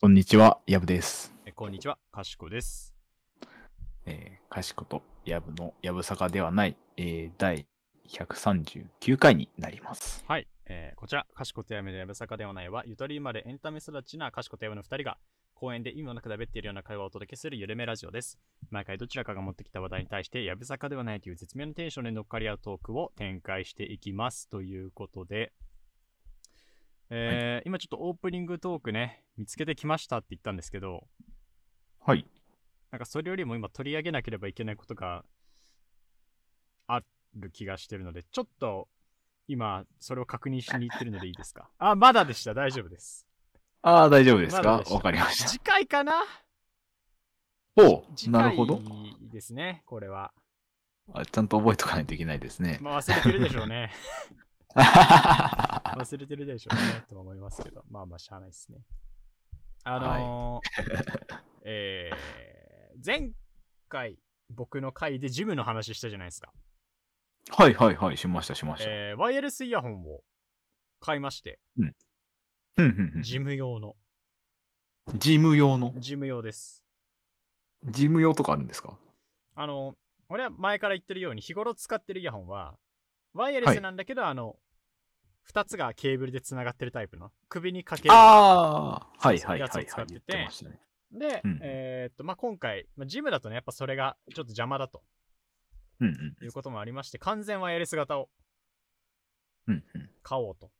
こんにちは、ヤブです。えこんにちは、かしこです。えー、かしことヤブのヤブ坂ではない、えー、第139回になります。はい、えーこちら、かしことやめのやぶさかではないは、ゆとり生まれエンタメ育ちなかしことやめの2人が、公園で意味もなくだべっているような会話をお届けするゆるめラジオです。毎回どちらかが持ってきた話題に対して、やぶさかではないという絶妙なテンションで乗っかり合うトークを展開していきます。ということで、えー今ちょっとオープニングトークね、見つけてきましたって言ったんですけど、はい。なんかそれよりも今取り上げなければいけないことがある気がしてるので、ちょっと今それを確認しに行ってるのでいいで すかあ、まだでした。大丈夫です。ああ、大丈夫ですまだかでしたわかりま した。次回かなおう次回なるほど。ですね、これは。あちゃんと覚えとかないといけないですね。まあ忘れてるでしょう ね。は忘れてるでしょうね。とは思いますけど、まあまあしゃあないですね。あのー えー前回僕の回でジムの話したじゃないですか。いはいはい、しましたしました。えーワイヤレスイヤホンを買いまして、うんうんうんジム用の。ジム用のジム用です。ジム用とかあるんですかあの、俺は前から言ってるように、日頃使ってるイヤホンは、ワイヤレスなんだけど、あの、2つがケーブルでつながってるタイプの、首にかける。ああはいはいはやいつはをい。使ってて言ってましたね。で、うんえーっと、まあ、今回、まあ、ジムだとね、やっぱそれがちょっと邪魔だとうんうんいうこともありまして、完全ワイヤレス型をうんうん。買おうと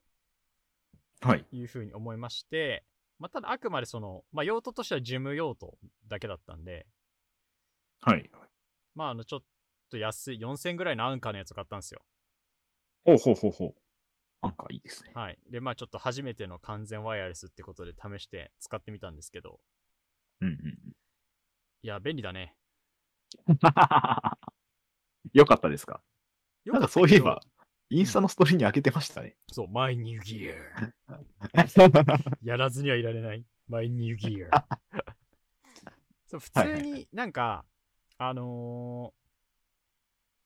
はい。いうふうに思いまして、まあ、ただあくまでその、まあ、用途としてはジム用途だけだったんで、はい。まあ、あの、ちょっと安い、4000ぐらいの安価のやつを買ったんですよ。ほうほうほうほう。なんかいいですね。はい。で、まあちょっと初めての完全ワイヤレスってことで試して使ってみたんですけど、うんうんうん。いや、便利だね。 よかったですかよなんかかったそういえけどば、、インスタのストーリーに開けてましたね。 そう、My New Gear。やらずにはいられない。My New Gear。そう普はいはい通はいになんか、あの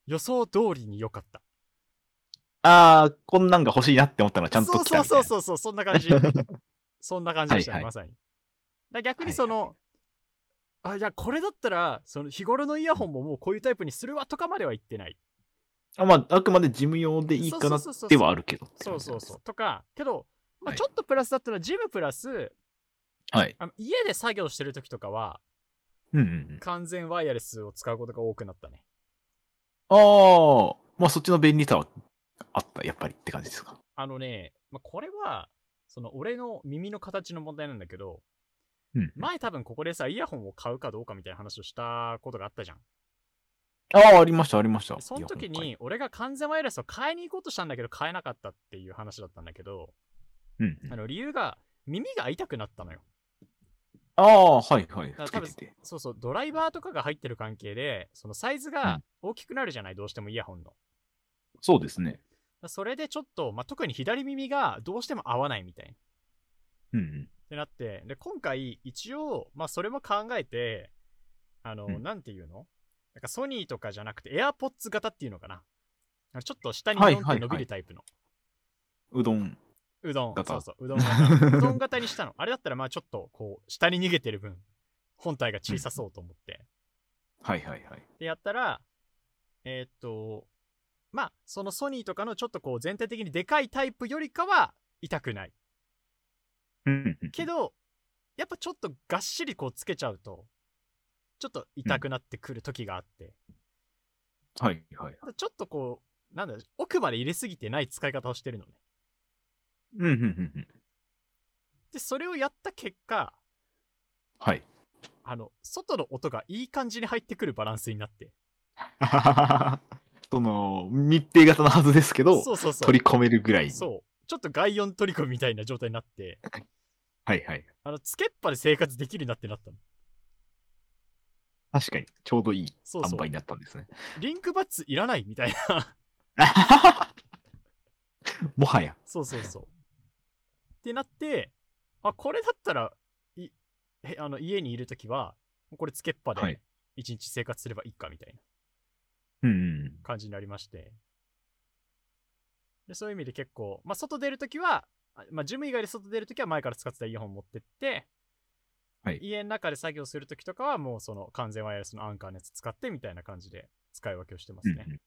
ー予想通りに良かった。あー、こんなんが欲しいなって思ったらちゃんとそう来たそうみたいそうな。そうそう、そんな感 じ。そんな感じでしたね、はいはいまさに。だから逆にはいその、あ、じゃあこれだったら、その日頃のイヤホンももうこういうタイプにするわとかまでは言ってない。あまあ、あくまで事務用でいいかなそうそうそうそうではあるけど。そうそうそう。。とか、けど、まはあ、いちょっとプラスだったら、ジムプラス、はい。あの家で作業してる時とかは、うんうんうん。完全ワイヤレスを使うことが多くなったね。あー、まあそっちの便利さはあった、やっぱりって感じですか。あのね、まあ、これは、その俺の耳の形の問題なんだけど、うん。前多分ここでさ、イヤホンを買うかどうかみたいな話をしたことがあったじゃん。あー、ありました、ありました。でそのい時や。に、俺が完全ワイヤレスを買いに行こうとしたんだけど、買えなかったっていう話だったんだけど、本当にうん、うあん。の理由が、耳が痛くなったのよ。あー、はいはい。らつけてて。そうそう、ドライバーとかが入ってる関係で、そのサイズが大きくなるじゃない、どうしてもイヤホンの。そうですね。それでちょっと、まあ、特に左耳がどうしても合わないみたいな。っうんうん。てなって、で、今回、一応、まあ、それも考えて、あの、うんなんていうのなんかソニーとかじゃなくて、AirPods 型っていうのかな。あのちょっと下にはいドンって伸はいびはるいタイプの。うどん。うどん、型そうそう、うどん 型。うどん型にしたの。あれだったら、まあ、ちょっと、こう、下に逃げてる分、本体が小さそうと思って。はいはいはい。で、やったら、えーっと、まあ、そのソニーとかのちょっとこう、全体的にでかいタイプよりかは、痛くない。うんうん。けど、やっぱちょっとがっしりこうつけちゃうと、ちょっと痛くなってくる時があって、はいはい。ちょっとこう、なんだ、奥まで入れすぎてない使い方をしてるのね。うんうんうんうん。で、それをやった結果、はい。あの、外の音がいい感じに入ってくるバランスになって。 その、密閉型のはずですけど、そうそうそう取。り込めるぐらい。そう。ちょっと外音取り込みみたいな状態になって、はいはい。あの、つけっぱで生活できるなってなったの。確かに、ちょうどいいそう塩そう梅。になったんですね。 リンクバッツいらないみたいな。もはや。そうそうそう。ってなって、あ、これだったら、いへあの家にいるときは、これつけっぱはいで一日生活すればいいかみたいなうんうん。感じになりまして。でそういう意味で結構、まあ、外出るときは、あまあ、ジム以外で外出るときは前から使ってたイヤホン持ってって、はい家の中で作業するときとかは、もうその完全ワイヤレスのアンカーのやつ使ってみたいな感じで使い分けをしてますね。うん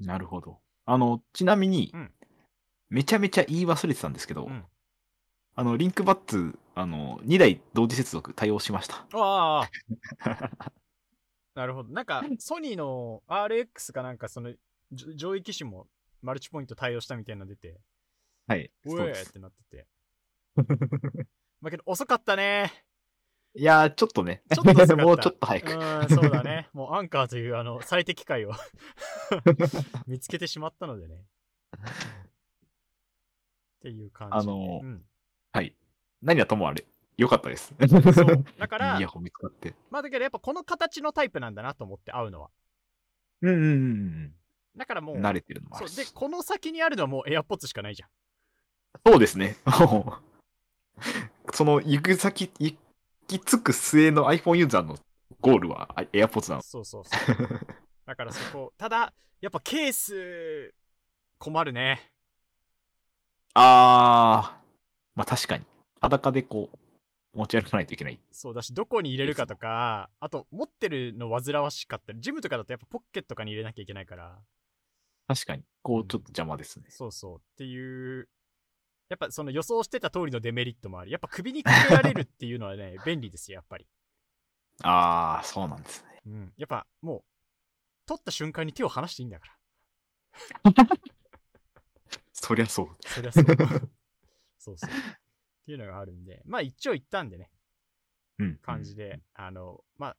なるほど。あの、ちなみに、うんめちゃめちゃ言い忘れてたんですけど、うんあの、リンクバッツ、あの、2台同時接続対応しました。 ああ、なるほど。なんか、ソニーの RX かなんか、そのじょ上位機種もマルチポイント対応したみたいなの出て、はい。うそうえでーっす。 てなってて。まあけど、遅かったね。いやー、ちょっとね、ちょっと遅かった もうちょっと早うく。ーん、 そうだね。もうアンカーというあの最適 解を見つけてしまったのでね。っていう感じで。あの うん、はい。何はともあれ、良かった です。そう。だからいいイヤ、ホン見つかって。まあだけどやっぱこの形のタイプなんだなと思って会うのは。うんうんうんだからもうう、ん。慣れてるのもあそうるでし。、この先にあるのはもう AirPods しかないじゃん。そうですね。 もうその行く先、行き着く末の iPhone ユーザーのゴールはあ AirPods なの。そうそうそう。 だからそこ、ただ、やっぱケース、困るね。あー、まあ確かに。裸でこう、持ち歩かないといけない。そうだし、どこに入れるかとか、あと、持ってるの煩わしかったり、ジムとかだとやっぱポッケットとかに入れなきゃいけないから、確かに。こう、ちょっと邪魔ですね。そうそう。っていう、やっぱその予想してた通りのデメリットもあり、やっぱ首にかけられるっていうのはね、 便利ですよ、やっぱり。あー、そうなんですね。うん。やっぱもう、取った瞬間に手を離していいんだから。そりゃそう。そりゃ そう。そうそう。っていうのがあるんで、まあ一応言ったんでね、うん。感じで、あの、まあ、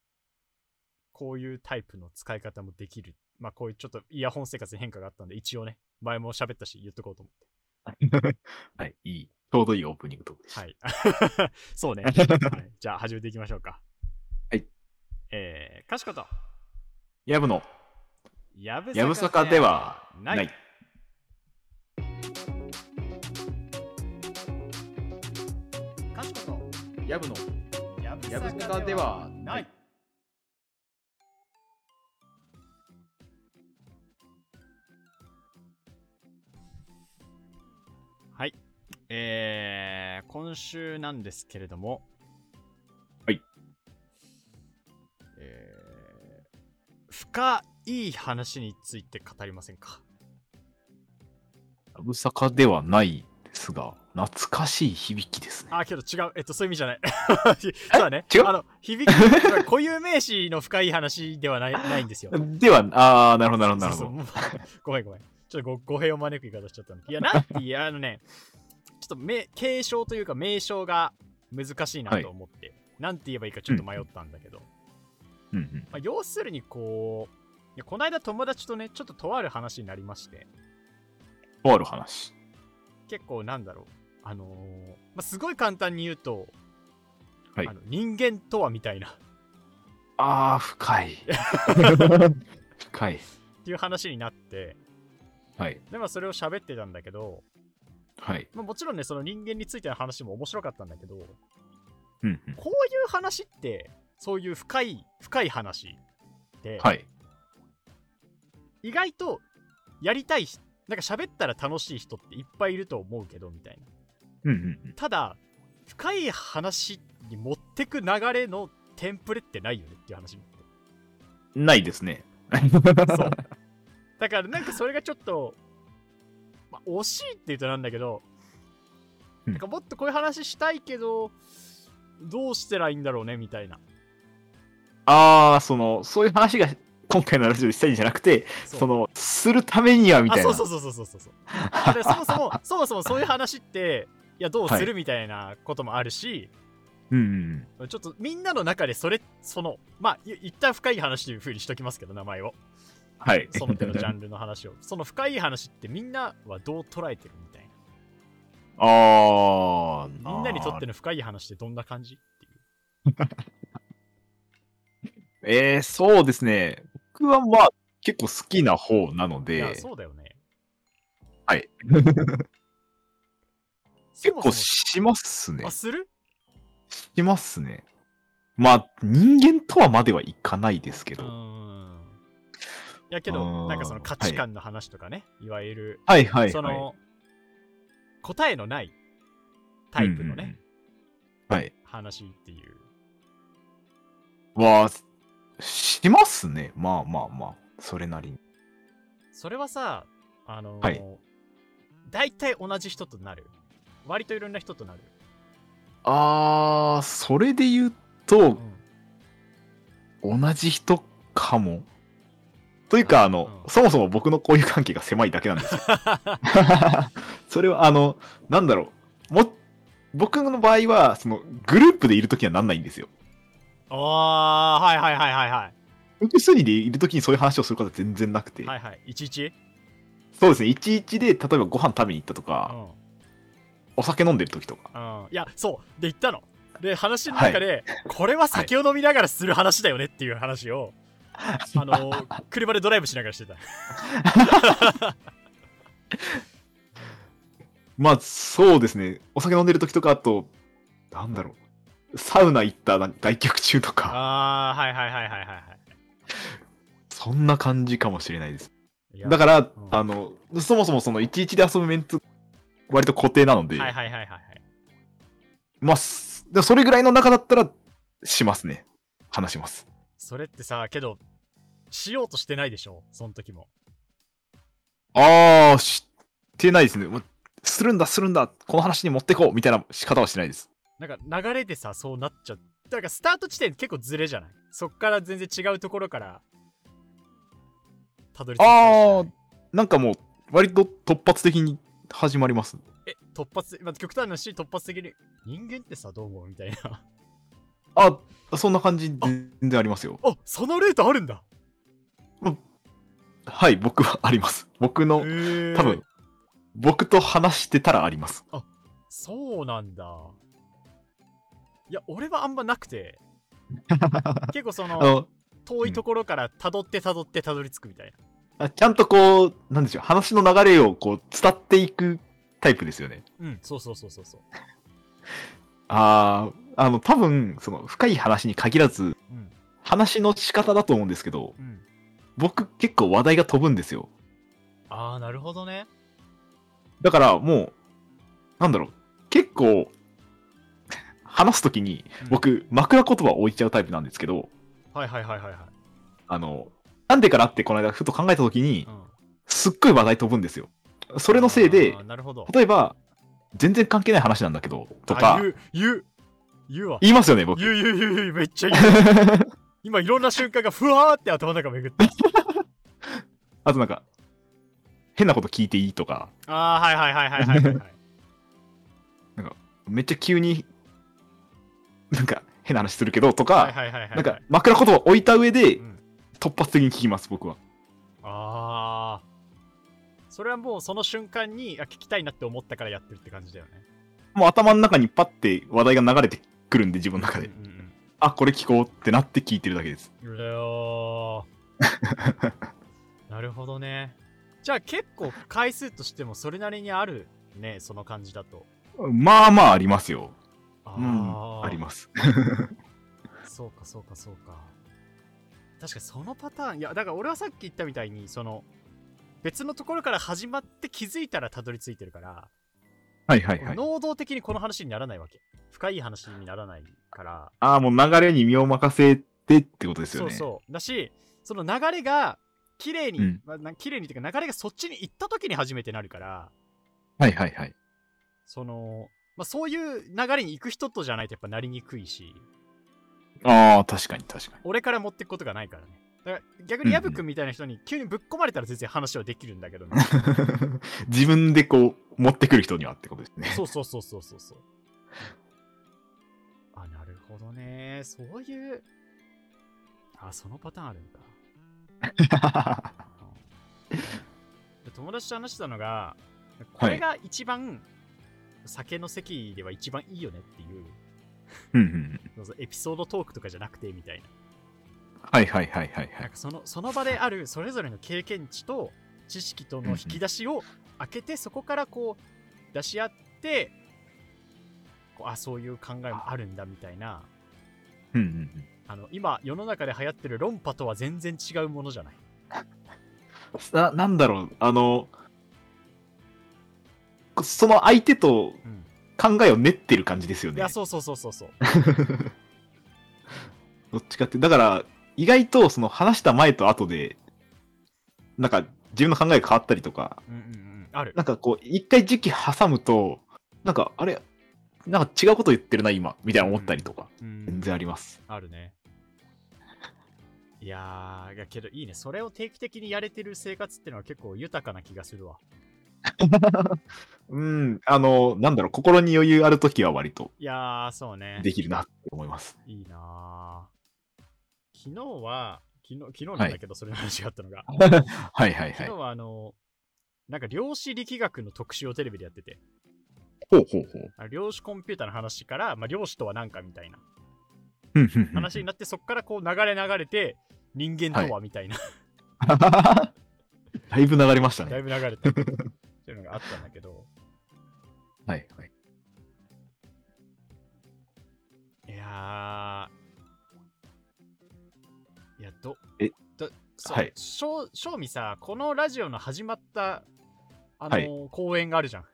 こういうタイプの使い方もできる。まあこういうちょっとイヤホン生活に変化があったんで、一応ね、前も喋ったし言っとこうと思って。 はい、いい。ちょうどいいオープニングトークでした。はい。 そうね、はい。じゃあ始めていきましょうか。はい。えー、かしこと、やぶの、やぶやぶさかではない。ないかしこやぶの、と、やぶやぶさかではない。はい。えー、今週なんですけれども。はい。えー、深い話について語りませんかやぶさかではないですが、懐かしい響きですね。あ、けど違う。えっと、そういう意味じ ゃない。そうだね。違うあの、響き、 固有名詞の深い話ではないないんで すよ。では、ああ、なるほど、なるほど、なるそほう ど。そうごめんごめん。ちょっとご語弊を招く言い方しちゃったんだいや、なんていや、あのね、ちょっとめ継承というか名称が難しいなと思って、なんて言えばいいかちょっと迷ったんだけど、うんうん。まあ、要するにこう、いやこの間友達とね、ちょっととある話になりまして、とある話。結構なんだろう、あのーまあ、すごい簡単に言うと、はいあの人間とはみたいなああ、深 い。深い。っていう話になって、はい。で、まあ、それを喋ってたんだけど、はい。まあ、もちろんね、その人間についての話も面白かったんだけど、うんうん。こういう話って、そういう深い、深い話って、はい。意外とやりたい人、なんか喋ったら楽しい人っていっぱいいると思うけど、みたいな。うんうんうん。ただ、深い話に持ってく流れのテンプレってないよねっていう 話になって。ないですね。そう。だからなんかそれがちょっと、まあ、惜しいって言うとなんだけど、うんなんかもっとこういう話したいけど、どうしたらいいんだろうねみたいな。 ああ、その、そういう話が今回のラジオでしたいんじゃなくて、そうその、するためにはみたいな。あそうそうそうそうそうそうだからそもそ もそもそもそういう話っていやどうするみたいなこともあるし、うんうんちょっとみんなの中でそれそのまあい一旦深い話というふうにしときますけど名前をはいその手のジ ャンルの話をその深い話ってみんなはどう捉えてるみたいうん。ああ、なみんなにとっての深い話ってどんな感じっていうえー、そうですね。僕はまあ、結構好きな方なのいで、やそうだよね はい。そ結もそ構もしますねあ。するしますね。まあ、人間とはまではいかないですけうど。ーんいやけうーどんなんかその価値観の話とかね、いわゆるはいはいはい。その、答えのないタイプのね、うんうんうん。はい。話っていう。は、しますね。まあまあまあ。それなりに。それはさ、あのーはい大体同じ人となる。割といろんな人となる。あー、それで言うとう、ん同じ人かも。というか、あの、うんそもそも僕の交友関係が狭いだけなんです よ。 それは、あの、なんだろう。も、僕の場合は、その、グループでいるときにはなんないんですよ。あー、はいはいはいはいは複数人でいるときにそういう話をすることは全然なくて。い。はいはい。いちいちそうですね。いちいちで、例えばご飯食べに行ったとうか、ん。お酒飲んでるときとか。うん。いや、そう。で、言ったの。で、話の中で、これは酒を飲みながらする話だよねっていう話を、あのー車でドライブしながらしてた。まあ、そうですね。お酒飲んでるときとか、あと、なんだろう。サウナ行った来客中とか、あー、はいはいはいはいはいはそんな感じかもしれないです。いいや。だから、んあの、そもそもその11で遊ぶメンツ、割と固定なので、はいはいはいはいはい。まあ、すでもそれぐらいの中だったら、しますね。話します。それってさ、けど、しようとしてないでしょその時も。ああ、知ってないですね。もうするんだ、するんだ、この話に持ってこう、みたいな仕方はしてないです。なんか流れでさ、そうなっちゃう。だからスタート地点結構ずれじゃないそっから全然違うところから、たどり着いたりあしーなんかもう、割と突発的に始まります。ないえ、突発、まあ、極端な話、突発的に、人間ってさ、どう思うみたいな。あ、そんな感じ、全然ありますよ。 あ、そのルートあるんだはい、僕はあります。僕への、ー多分、僕と話してたらあります。そうなんだ。いや、俺はあんまなく て。結構そあの、の、遠いところからたどってたどってたどり着くみたいな。あちゃんとこう、なんでしょう、話の流れをこう、伝っていくタイプですよね。うん、そうそうそうそうそう。ああ、あの、多分、その、深い話に限らず、うん、話の仕方だと思うんですけど、うん。僕結構話題が飛ぶんですよ。ああ、なるほどね。だからもう、なんだろう、結構、話すときに、僕、枕言葉を置いちゃうタイプなんですけど、はいはいはいはいはい。あの、なんでかなってこの間ふと考えたときにう、ん、すっごい話題飛ぶんですよ。それのせいであー、なるほど。例えば、全然関係ない話なんだけど、とあか、言う、言う、言うわ。言いますよね、僕。言う言う言う言う、めっちゃ言う。 今いろんな瞬間がふわーって頭の中巡って。あとなんか、変なこと聞いていいとか、ああ、はいはいはいはいはい はいはい。めっちゃ急に、なんか変な話するけどとか、はいはいはいはいはい。なんか枕言葉置いた上でうん、突発的に聞きます、僕は。ああ。それはもうその瞬間にあ聞きたいなって思ったからやってるって感じだよね。もう頭の中にパッて話題が流れてくるんで、自分の中で。うんうんあ、これ聞こうってなって聞いてるだけです。うんうらよーなるほどね。じゃあ結構回数としてもそれなりにあるね、その感じだと。まあまあありますよ。あうん、ありまます。そうかそうかそうか。確かにそのパターン、いや、だから俺はさっき言ったみたいに、その、別のところから始まって気づいたらたどり着いてるから、はいはいはい。能動的にこの話にならないわけ。深い話にならないから、ああ、もう流れに身を任せてってことですよそうね。そう。だし、その流れが、綺麗に、うんまあな綺麗にというか流れがそっちに行った時に初めてなるから、はいはいはい。その、まあ、そういう流れに行く人とじゃないとやっぱなりにくいし、ああ、確かに確かに。 俺から持っていくことがないからね。だから逆にヤブ君みたいな人に急にぶっ込まれたら全然話はできるんだけ どね。自分でこう、持ってくる人にはってことです ね。そうそうそうそうそうそう。あ、なるほどね。そういう。あ、そのパターンあるんだ。で友達と話してたのが、これが一番、酒の席では一番いいよねっていう、うんうん。そうそうエピソードトークとかじゃなくてみたいな。はいはいはいはいはなんい。かそのその場であるそれぞれの経験値と知識との引き出しを開けてそこからこう出し合ってこうあそういう考えもあるんだみたいなうんうんうん。あの今世の中で流行ってる論破とは全然違うものじゃないな、なんだろう、あの、その相手とうん考えを練ってる感じですよいねや、。そうそうそうそうそう。どっちかって、だから、意外とその話した前と後で、なんか自分の考えが変わったりとか、うんうんうん。ある。なんかこう、一回時期挟むと、なんか、あれ、なんか違うこと言ってるな、今、みたいな思ったりとか、うん全。然あります。あるね。いやー、だけどいいね。それを定期的にやれてる生活ってのは結構豊かな気がするわ。うん、あの、なんだろう、心に余裕あるときは割といやー、そうね。できるなって思います。いいなー昨日は、昨日、昨日なんだけど、それの話があったのが、はいはいは昨い日。はあの、なんか量子力学の特集をテレビでやってて、ほうほうほう。あ量子コンピューターの話から、まあ、量子とは何かみたいなうんうんうん話になって、そこからこう流れ流れて、人間とはみたいな、 だいぶ流れました だいね。ぶ流れてるっていうのがあったんだけど、はいはい。いやー、いや、ど、えどそう、はい正正味さ、このラジオの始まった、あのはい公演があるじゃん。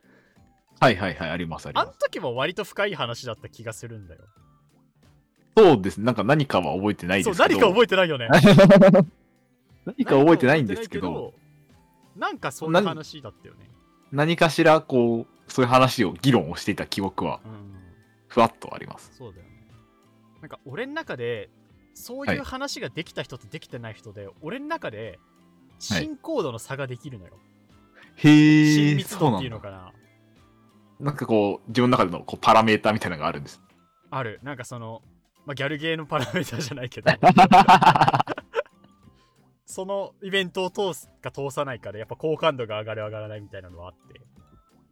はいはいはい、ありますありあまのす。時も割と深い話だった気がするんだよ。そうですね。なんか何かは覚えてないそでう、すけ何かど。覚えてないよね。 何か覚えてないんですけど、なんかそんな話だったよね。何かしらこう、そういう話を、議論をしていた記憶は、うん、ふわっとあります。そうだよね。なんか俺の中で、そういう話ができた人とできてない人で、俺の中で、進行度の差ができるのよ。へ親ー、密そう度っなていうんのだ。かな。なんかこう、自分の中でのこうパラメーターみたいなのがあるん です。ある。なんかその、まあ、ギャルゲーのパラメーターじゃない けど、そのイベントを通すか通さないかで、やっぱ好感度が上がる上がらないみたいなのはあって。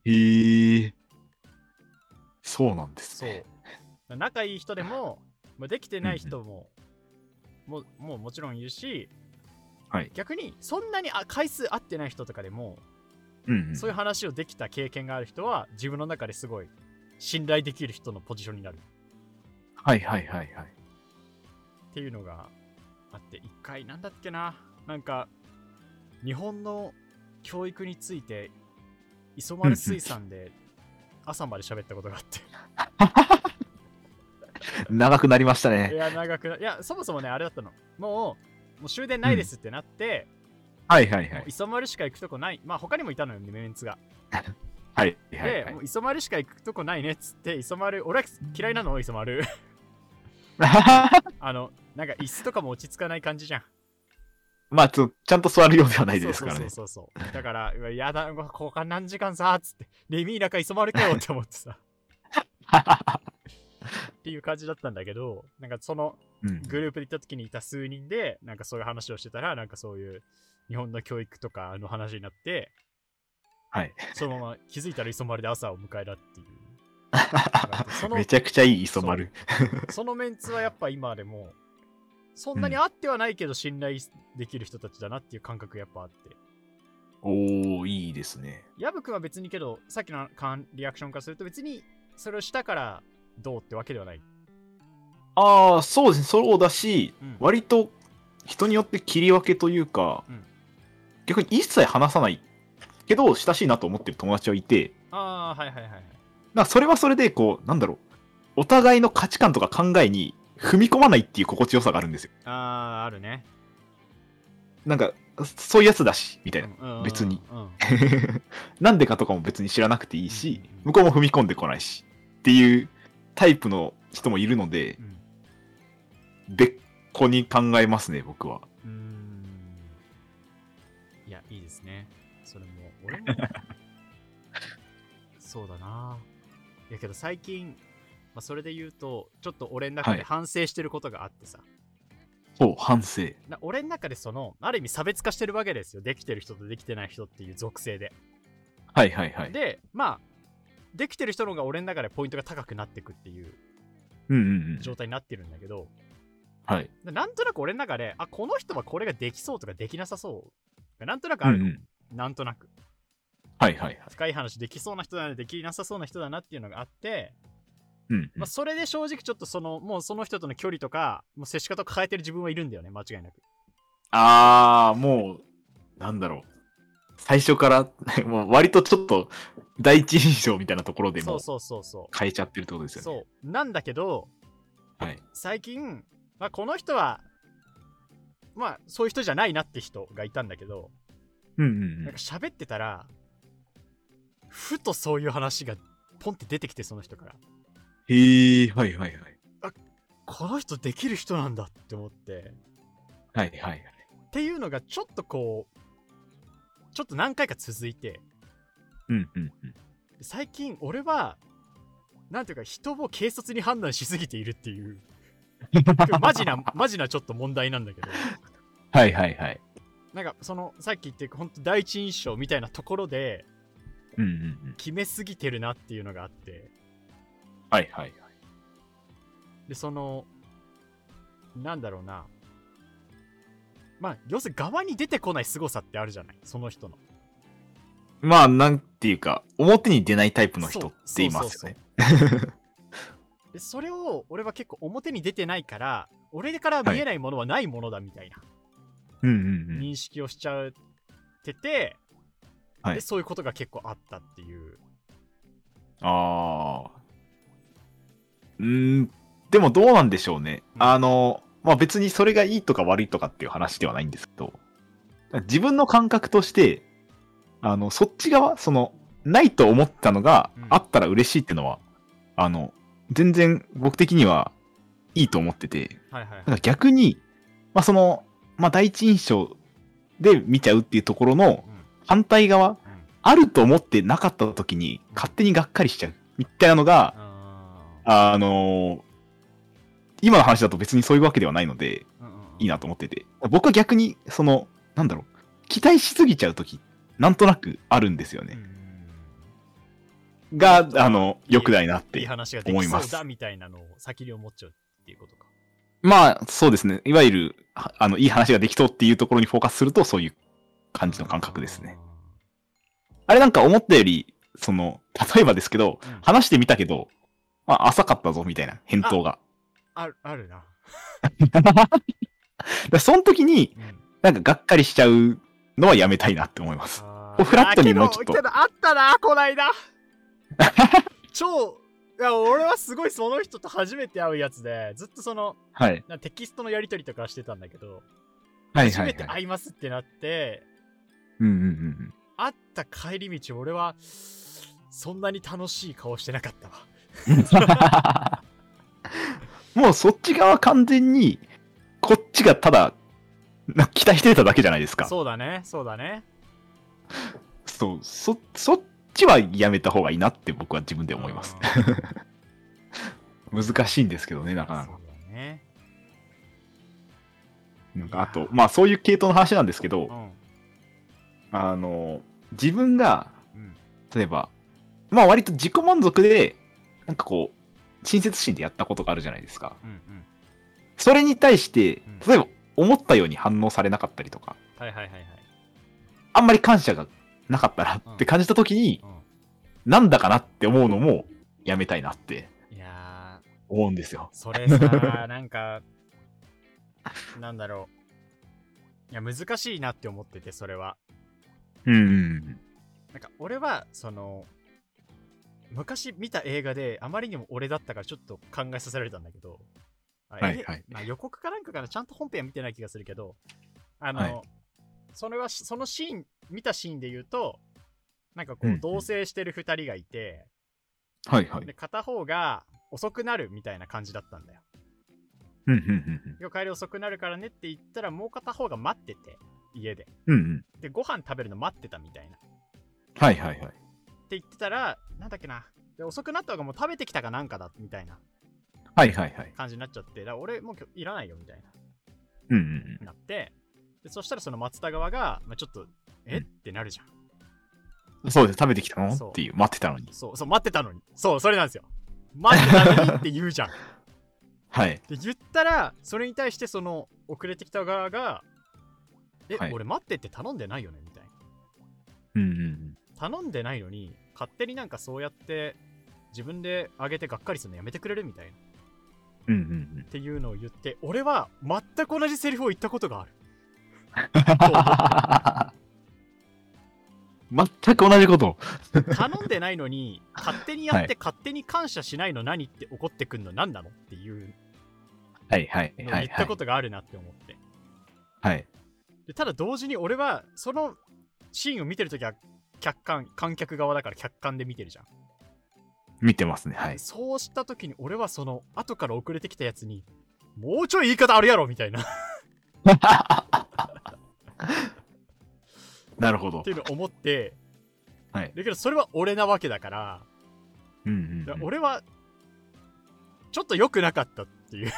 へー。そうなんですそうね。。仲いい人でも、まあ、できてない人も、もうもうもちろんいるし、はい逆にそんなにあ回数会ってない人とかでも、うん、うん。そういう話をできた経験がある人は、自分の中ですごい信頼できる人のポジションになるはいはいはいはい。っていうのがあって、一回なんだっけな、なんか、日本の教育について、磯丸水産で朝まで喋ったことがあって。長くなりましたいね。や、長くな、いや、そもそもね、あれだったの。もう、もう終電ないですってなって、はいはいはもい。う磯丸しか行くとこない。まあ、他にもいたのよ、メンツが。はいで、はいはいもう磯丸しか行くとこないねっつって、磯丸、俺は嫌いなの、磯丸。。 あの、なんか椅子とかも落ち着かない感じじゃん。 まあ、ちょちゃんと座るようではないですからね。そうそうそうそう。だから、うわやだ、うわ交換何時間さ、つって、レミーラか磯丸かよって思って さ。っていう感じだったんだけど、なんかそのうんグループで行った時にいた数人で、なんかそういう話をしてたら、なんかそういう日本の教育とかの話になって、はい。そのまま気づいたら磯丸で朝を迎えたっていう。 そのめちゃくちゃいい磯丸。そのメンツはやっぱ今でも、そんなにあってはないけど信頼できる人たちだなっていう感覚がやっぱあって。おおいいですね。ヤブ君は別にけど、さっきの感リアクションからすると別にそれをしたからどうってわけではない。ああ、そうですね。そうだし、うん割と人によって切り分けというか、うん逆に一切話さないけど、親しいなと思ってる友達はいて、ああ、はいはいはいはい。なんかそれはそれで、こう、なんだろう。お互いの価値観とか考えに踏み込まないっていう心地よさがあるんですよ。ああ、あるね。なんか、そういうやつだし、みたいな。 うん別に。うんうんなんでかとかも別に知らなくていいしうんうん、向こうも踏み込んでこないしっていうタイプの人もいるので、別個に考えますね、僕は。うん。うんいや、いいですね。それも、 俺も。そうだな。いやけど最近、まあ、それで言うと、ちょっと俺の中はでい反省してることがあってさ。そう、反省。な俺の中でその、ある意味差別化してるわけですよ。できてる人とできてない人っていう属性で。はいはいはい。で、まあ、できてる人の方が俺の中でポイントが高くなってくっていううんうんうん。状態になってるんだけど、はい。でなんとなく俺の中で、あ、この人はこれができそうとかできなさそう。なんとなくうあんるの、うん。なんとなく。はいはいはい。深い話できそうな人だな、できなさそうな人だなっていうのがあって、うんうん。まあ、それで正直ちょっとその、もうその人との距離とか、もう接し方を変えてる自分はいるんだよね、間違いなく。あー、もう、なんだろう。最初から もう割とちょっと第一印象みたいなところでそもううそうそうそ変えちゃってるってことですうよね。そうなんだけどはい、最近、まあ、この人はまあそういう人じゃないなって人がいたんだけどうんうなんんか喋ってたらふとそういう話がポンって出てきてその人からうん。へえ、はいはいはい。この人できる人なんだって思ってはいはいはい。っていうのがちょっとこうちょっと何回か続いてうんうんうん。最近俺はなんていうか人を軽率に判断しすぎているっていうマジなマジなちょっと問題なんだけどはいはいはい。なんかそのさっき言って本当第一印象みたいなところでうんうんうん。決めすぎてるなっていうのがあってはいはいはい。でそのなんだろうなまあ要するに側に出てこない凄さってあるじゃないその人のまあ、なんていうか、表に出ないタイプの人っていますよね。でそれを俺は結構表に出てないから俺から見えないものはないものだみたいなうんうんうん。認識をしちゃってて、はいでそういうことが結構あったっていうああ。うーん、でもどうなんでしょうね。あの、まあ別にそれがいいとか悪いとかっていう話ではないんですけど、自分の感覚として、あの、そっち側、その、ないと思ったのがうんあったら嬉しいっていうのは、あの、全然僕的にはいいと思ってて、はいはいはいなんか逆に、まあ、その、まあ、第一印象で見ちゃうっていうところのうん反対側、うんあると思ってなかった時に勝手にがっかりしちゃうみたいなのが、ああのー今の話だと別にそういうわけではないので、ーうんうんうんいいなと思ってて。僕は逆に、その、なんだろう、期待しすぎちゃう時、なんとなくあるんですようんうね。んが、あの、良くないなっうんいいて。話がで思きいそまうすだみたいなのを先に思っちゃうっていうことかまあ、そうですね。いわゆる、はあの、いい話ができそうっていうところにフォーカスすると、そういう感じの感覚ですね。あれなんか思ったより、その、例えばですけど、うん話してみたけど、まあ、浅かったぞみたいな返答が。あるあるな、でその時に、うんなんかがっかりしちゃうのはやめたいなって思います。あこうフラットにもうあけどちょっとけどあったなこないだ 超いや俺はすごいその人と初めて会うやつでずっとそのはい。なテキストのやり取りとかしてたんだけどはい初はめいてはい。会いますってなってうんうんうん会った帰り道俺はそんなに楽しい顔してなかったわうん。 もうそっち側完全に、こっちがただ、な期待してただけじゃないですか。そうだねそうだねそう、そ、そっちはやめた方がいいなって僕は自分で思います。 うんそう難しいんですけどね、なかなだか。ねなんかあと、まあそういう系統の話なんですけうど、んあの、自分が、うん例えば、まあ割と自己満足で、なんかこう、親切心でやったことがあるじゃないですか。うんうんそれに対してうん、例えば思ったように反応されなかったりとか、はいはいはいはいあんまり感謝がなかったなって感じた時に、なんだかなって思うのもやめたいなってうんいやー思うんですよ。それさな んかなんだろういや難しいなって思っててそれはうんうんなんか俺はその昔見た映画であまりにも俺だったからちょっと考えさせられたんだけど、あはいえはいまあ予告かなんかかなちゃんと本編は見てない気がするけどあの、はいそれはしそのシーン見たシーンで言うとなんかこうんううん同棲してる2人がいて、うん。はいはい。で片方が遅くなるみたいな感じだったんだようんうん要は帰り遅くなるからねって言ったらもう片方が待ってて家でうんうん。うんうん。でご飯食べるの待ってたみたいなはいはいはい。って言ってたら、なんだっけな、で遅くなった方がもう食べてきたかなんかだみたいなはいはいはい。感じになっちゃって、だから俺もう今日いらないよみたいうんうんうんな、。なって、でそしたらその松田側が、まあ、ちょっと、えうんってなるじゃん。そうです、食べてきたのそうっていう、待ってたのに。そう、そう、待ってたのに。そう、それなんですよ。待ってたのにって言うじゃん。はい。で、言ったら、それに対してその遅れてきた側が、え、はい俺待ってって頼んでないよねみたいな。うんうん頼んでないのに、勝手になんかそうやって、自分であげてがっかりするのやめてくれるみたいな。うん。うんうんっていうのを言って俺は全く同じセリフを言ったことがあるうん。全く同じことを。 頼んでないのに、勝手にやっはて、勝手に感謝しないの何って怒ってくんの何なのっていうはいはいのをは言い、ったはいこ。とがあるなって思って。はい。でただ同時に俺は、そのシーンを見てるときは、客観、観客側だから客観で見てるじゃん。見てますね。はい。そうしたときに俺はその、後から遅れてきたやつに、もうちょい言い方あるやろみたいなっなるほどて。いうのを思って、はい。だけどそれは俺なわけだから、うんうんだうかん、ら俺は、ちょっと良くなかったっ ていう。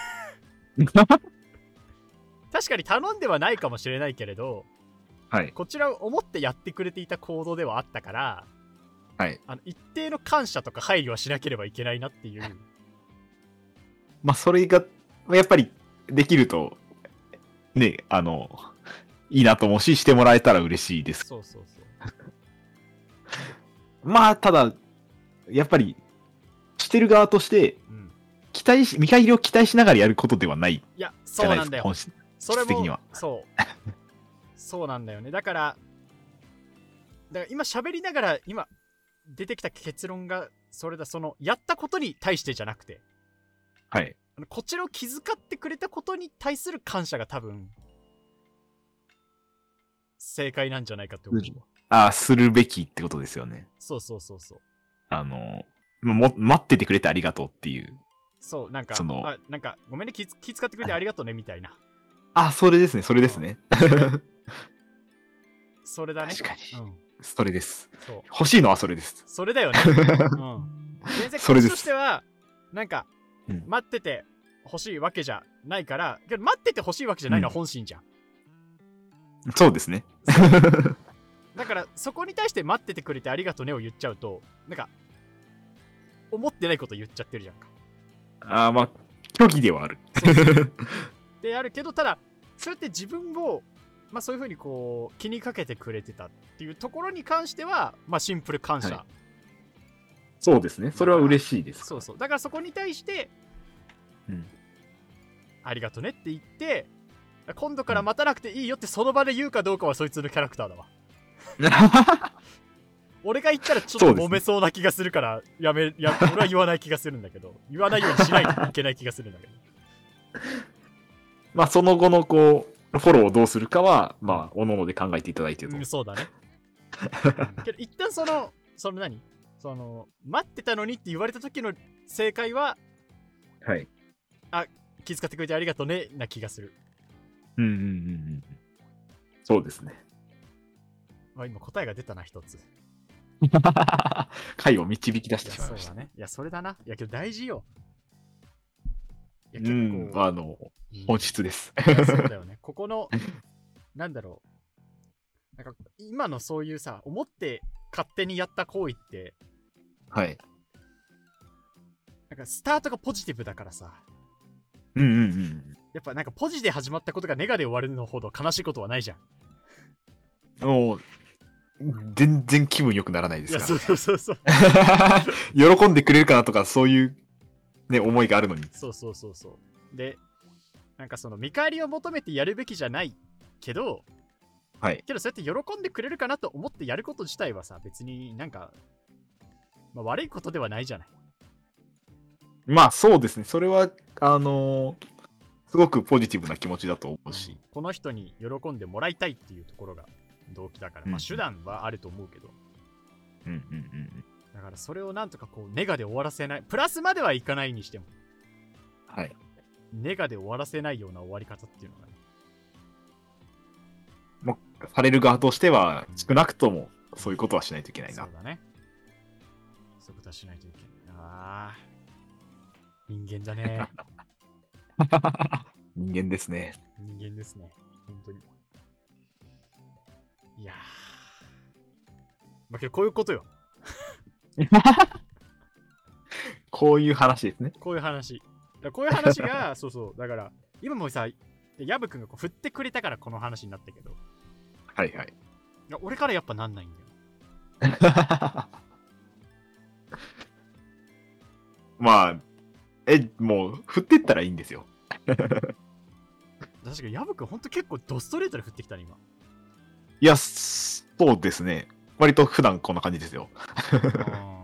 確かに頼んではないかもしれないけれど、はい。こちらを思ってやってくれていた行動ではあったから、はいあの一定の感謝とか配慮はしなければいけないなっ ていうまあ、それが、やっぱり、できると、ね、あの、いいなと思うし、してもらえたら嬉しいですそうそうそうまあ、ただ、やっぱり、してる側として、、うん、期待し、見返りを期待しながらやることではないいやじそゃうないなですんだか、よ本質それ質的にもはそう そうなんだよねだからだから今喋りながら今出てきた結論がそれだそのやったことに対してじゃなくてはい。あのこちらを気遣ってくれたことに対する感謝が多分正解なんじゃないかって思う、うんああ、するべきってことですよね。そうそうそうそうあの、も、待っててくれてありがとうっていう。そう、なんか、そのあなんかごめんね気つ、気使ってくれてありがとうね、みたいな。ああ、それですね、それですね。それだね。確かにうん、それです。そう。欲しいのはそれです。それ だよね。うん。全然、それこですっちとしては、なんかうん、待ってて欲しいわけじゃないから、けど待ってて欲しいわけじゃないのは本心じゃん。そうですね。だから、そこに対して待っててくれてありがとうねを言っちゃうと、なんか、思ってないこと言っちゃってるじゃんか。ああ、まあ、虚偽ではある。であるけど、ただ、それって自分を、まあそういうふうにこう、気にかけてくれてたっていうところに関しては、まあシンプル感謝。はいそうですね、それは嬉しいです。 そうそうだからそこに対して、うんありがとねって言って今度から待たなくていいよってその場で言うかどうかはそいつのキャラクターだわ俺が言ったらちそょっとうですね揉めそうな気がするからやめ や俺は言わない気がするんだけど言わないようにしないといけない気がするんだけどまあ、その後の、こう、フォローをどうするかは、まあ、おのので考えていただいてるとうん、。そ うだねうんけど一旦そのその何その待ってたのにって言われた時の正解ははい。気遣ってくれてありがとねな気がする、うんうんうんうん。そうですね。 まあ、今答えが出たな一つ回を導き出していしやまいそうましただ。ね。いや、それだな。いや、けど大事よ。いや、う結ん、構、あの、うん本質です。いやそうだよね。こ この、なんだろう。なんか、今のそういうさ、思って勝手にやった行為って、はい。なんかスタートがポジティブだからさ、うんうんうんやっぱなんかポジで始まったことがネガで終わるのほど悲しいことはないじゃん。うん。もう、全然気分良くならないでいすや、かそうそうそうそう。ら。 喜んでくれるかなとか、そういう、ね、思いがあるのに。そうそうそうそう。で、なんかその見返りを求めてやるべきじゃないけど、はい。けどそうやって喜んでくれるかなと思ってやること自体はさ、別になんか、まあ、悪いことではないじゃない。まあ、そうですね。それは、あのーすごくポジティブな気持ちだと思うし。この人に喜んでもらいたいっていうところが動機だから、まうあん手段はあると思うけど、うんうんうん。だからそれをなんとかこうネガで終わらせない、プラスまではいかないにしても、はい。ネガで終わらせないような終わり方っていうのがね、もう、される側としては、少なくとも、そういうことはしないといけないそなう。だね。そういうことはしないといけない。ああ、人間 だね。人間ですね。人間ですね。本当に。いやー。まあ、けどこういうことよ。こういう話ですね。こういう話。だからこういう 話が、そうそう。だから、今もさ、ヤブ君がこう振ってくれたからこの話になったけど、いはい はい。や俺からやっぱなんないんだよ。まあ、え、もう、振ってったらいいんですよ。確かにヤブ君ほんと結構ドストレートで振ってきたね、今。いや、そうですね。割と普段こんな感じですよ。あー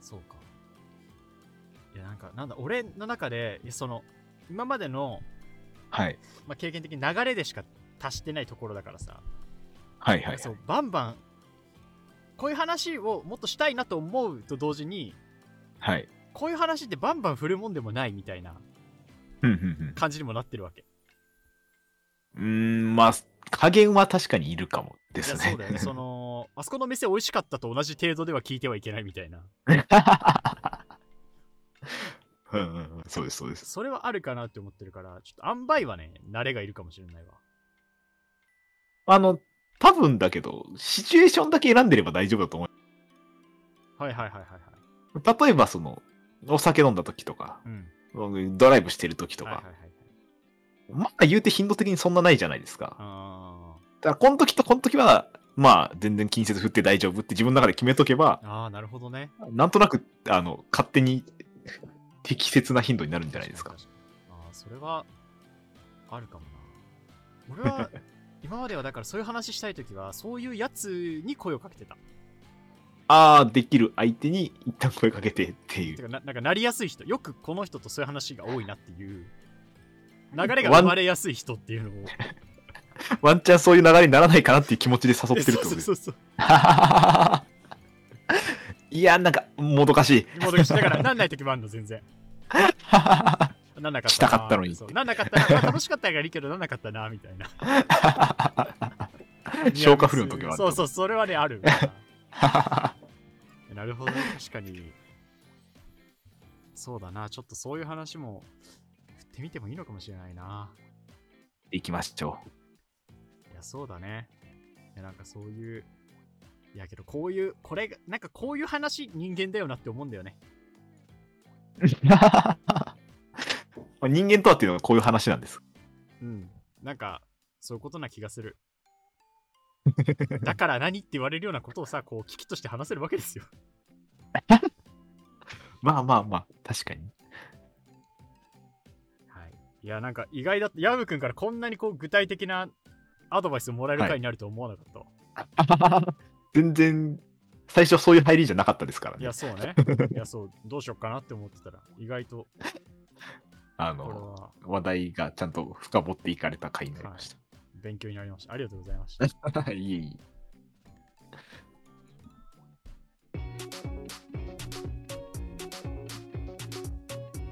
そうか。いや、なんか、なんだ、俺の中で、いやその、今までの、はい。まあ、経験的に流れでしか足してないところだからさ、はいはい。そうバンバン、こういう話をもっとしたいなと思うと同時に、はい。こういう話ってバンバン振るもんでもないみたいなうんうん感じにもなってるわけ。うん。うーん、まあ、加減は確かにいるかもでいすやね。そうだ よね。その、あそこの店美味しかったと同じ程度では聞いてはいけないみたいな。 うんうんうんそうです、そうです。それはあるかなって思ってるから、ちょっと塩梅はね、慣れがいるかもしれないわ。あの、多分だけど、シチュエーションだけ選んでれば大丈夫だと思はいはいはいはいはい。う。例えば、その、お酒飲んだ時とか、うん。ドライブしてる時とか、はいはいはいはい。まあ言うて頻度的にそんなないじゃないですか。あーだから、この時とこの時は、まあ、全然気にせず振って大丈夫って自分の中で決めとけば、あー、なるほどね。なんとなく、あの、勝手に適切な頻度になるんじゃないですか。確に確かにああ、それは、あるかもな。俺 は、今まではだからそういう話したいときは、そういうやつに声をかけてた。ああ、できる相手に一旦声かけてっていてう。かな、なんかなりやすい人、よくこの人とそういう話が多いなっていう、流れが生まれやすい人っていう のを。ワンチャンそういう流れにならないかなっていう気持ちで誘ってるってことそうでそす。うそう。 いや、なんか、もどかしい。 もどかしだから、なんないときもあるの、全然。なんなかったな。したかったのにそうなんなかったな。まあ楽しかったからいいけど、なんなかったな、みたいな。 消化不良の時はある。そうそうう、それはね、あるわ。なるほどね、確かに。そうだな、ちょっとそういう話も振ってみてもいいのかもしれないな。行きまし ょいや、そうだね。いや、なんかそういう、いやけどこういう、これ、なんかこういう話人間だよなって思うんだよね。う。人間とはっていうのはこういう話なんです。うん。なんか、そういうことな気が する。だから何って言われるようなことをさ、こう、危機として話せるわけですよ。まあまあまあ、確 かに。はい。いや、なんか意外だって、ヤブ君からこんなにこう、具体的なアドバイスをもらえるは回いになると思わなかったわ。全然、最初そういう入りじゃなかったですからいねや、。そう ね。いや、そう、どうしようかなって思ってたら、意外と、あこれの、は話題がちゃんと深掘っていかれた回になりまし勉強になりました。ありがとうございました。た。 いえいえ。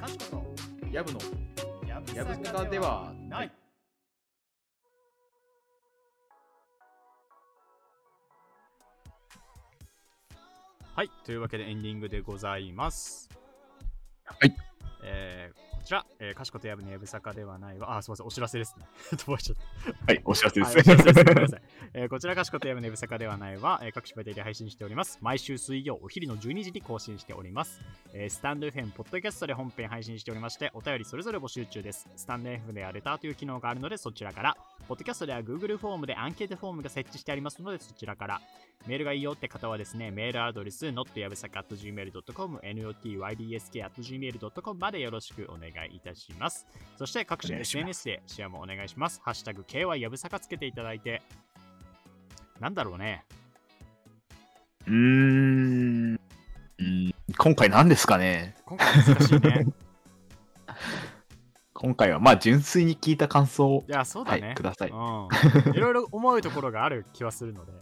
かしこやぶの、と、やぶない。はい、というわけでエンディングでございます。はい。えー、こちら、えー、かしことやぶのやぶさかではないわ。あ、すみません、お知らせですね。 飛ばしちゃった。はい、お知らせではいす。お知らせですごめんなさいえーこちら、かしことやぶねぶさかではないは、えー各種媒体で配信しております。毎週水曜お昼の12時に更新しております。えースタンド FM、ポッドキャストで本編配信しておりまして、お便りそれぞれ募集中です。スタンド FM ではレターという機能があるので、そちらから。ポッドキャストでは Google フォームでアンケートフォームが設置してありますので、そちらから。メールがいいよって方はですね、メールアドレス、notyabusaka.gmail.com、notydsk.gmail.com までよろしくお願いいたします。そして各種お願いしま SNS でシェアもお願いします。ハッシュタグ KY やぶさかつけていただいて、なんだろうね。 うーん。うーん今回何ですかね今回難しいね。今回はまあ純粋に聞いた感想を、 いや、そうだはね。い、ください。うん、いろいろ思うところがある気はするので、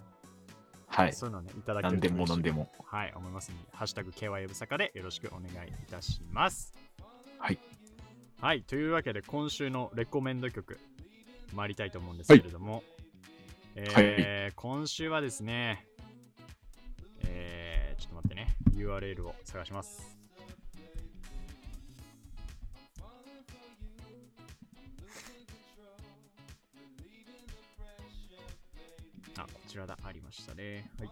はい。そういうのね、いただけ何るとで嬉しいも何でも。はい、思いますので、ハッシュタグ KY やぶさかでよろしくお願いいたします。はい。はい、というわけで、今週のレコメンド曲、参りたいと思うんですけれども、えー今週はですね、えー、ちょっと待ってね、URL を探します。あ、こちらだ、ありましたね。はい。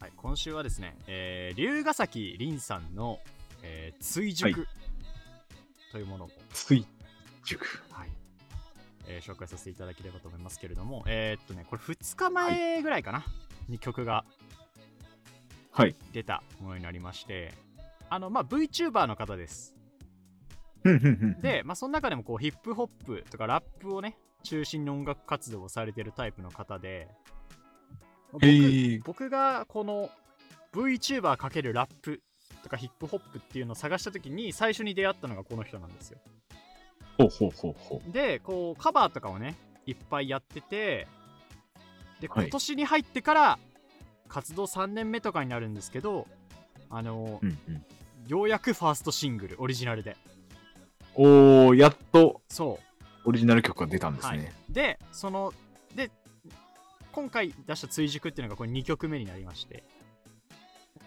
はい、今週はですね、えー、龍ヶ崎凛さんの、えー追熟、はというものを、水塾。はいえー紹介させていただければと思いますけれども、えーっとね、これ2日前ぐらいかな、に曲がはい。出たものになりまして、あの、まあ、VTuber の方です。うんうんうん、で、まあ、その中でもこうヒップホップとかラップをね中心に音楽活動をされてるタイプの方で僕,、へー僕がこの VTuber× ラップとかヒップホップっていうのを探した時に最初に出会ったのがこの人なんですよほうほうほうほでこうカバーとかをねいっぱいやっててではい今年に入ってから活動3年目とかになるんですけどあのう。うんうん、ようやくファーストシングルオリジナルでおー、やっとそうオリジナル曲が出たんですはいね。、でそので今回出した追熟っていうのがこれ2曲目になりまして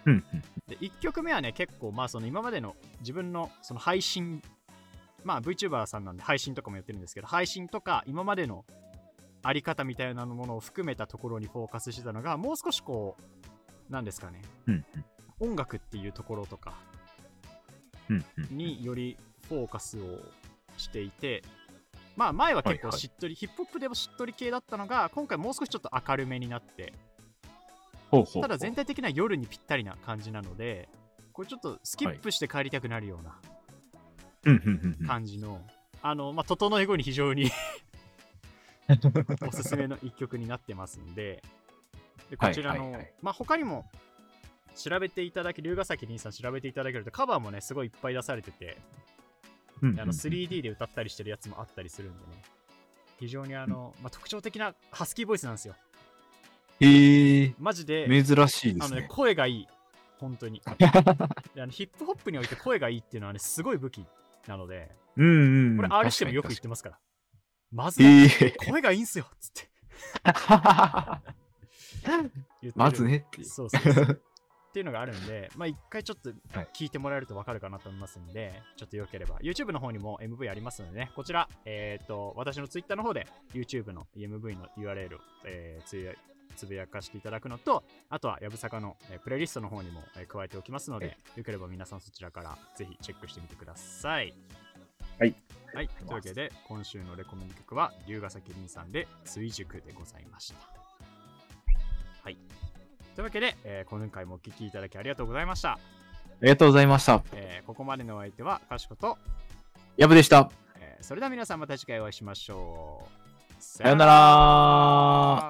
うんうんで1曲目はね結構まあその今までの自分のその配信まあ VTuber さんなんで配信とかもやってるんですけど配信とか今までのあり方みたいなものを含めたところにフォーカスしてたのがもう少しこうなんですかねうんうん音楽っていうところとかうんうんによりフォーカスをしていてまあ前は結はい構はいしっとり、ヒップホップでもしっとり系だったのが今回もう少しちょっと明るめになってほうほうほうただ全体的には夜にぴったりな感じなのでこれちょっとスキップして帰りたくなるようなうんうんうんうん感じの、あのまあ整え後に非常に おすすめの一曲になってますんででこちらの、はいはいはいまあ他にも調べていただき龍ヶ崎兄さん調べていただけるとカバーもねすごいいっぱい出されててうんうんうんあの 3D で歌ったりしてるやつもあったりするんでね非常にあの、まあ、特徴的なハスキーボイスなんですよへえ、マジで珍しいであすの、ねね、。声がいい本 当にであのヒップホップにおいて声がいいっていうのはねすごい武器なのでうんうんうん。これ R してもよく言確ってますからまずかには確かにへ声がいいんすよっつって え。言ってるまずねっていう。そうそう そうっていうのがあるんで、まあ、一回ちょっとはい聞いてもらえると分かるかなと思いますんで、ちょっとよければ、YouTube の方にも MV ありますのでね、こちら、えっ、と、私の Twitter の方で YouTube の MV の URL を、えーつぶやつぶやかしていただくのと、あとは、やぶさかの、えープレイリストの方にも、えー加えておきますので、はいよければ皆さんそちらからぜひチェックしてみてください。はい。はい、というわけで、今週のレコメンド曲は、龍ヶ崎凛さんで、追熟でございました。はい。というわけで、えー今回もお聴きいただきありがとうございました。ありがとうございました。えーここまでのお相手は、かしこと、やぶでした。えーそれでは皆さんまた次回お会いしましょう。ささよなら。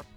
ら。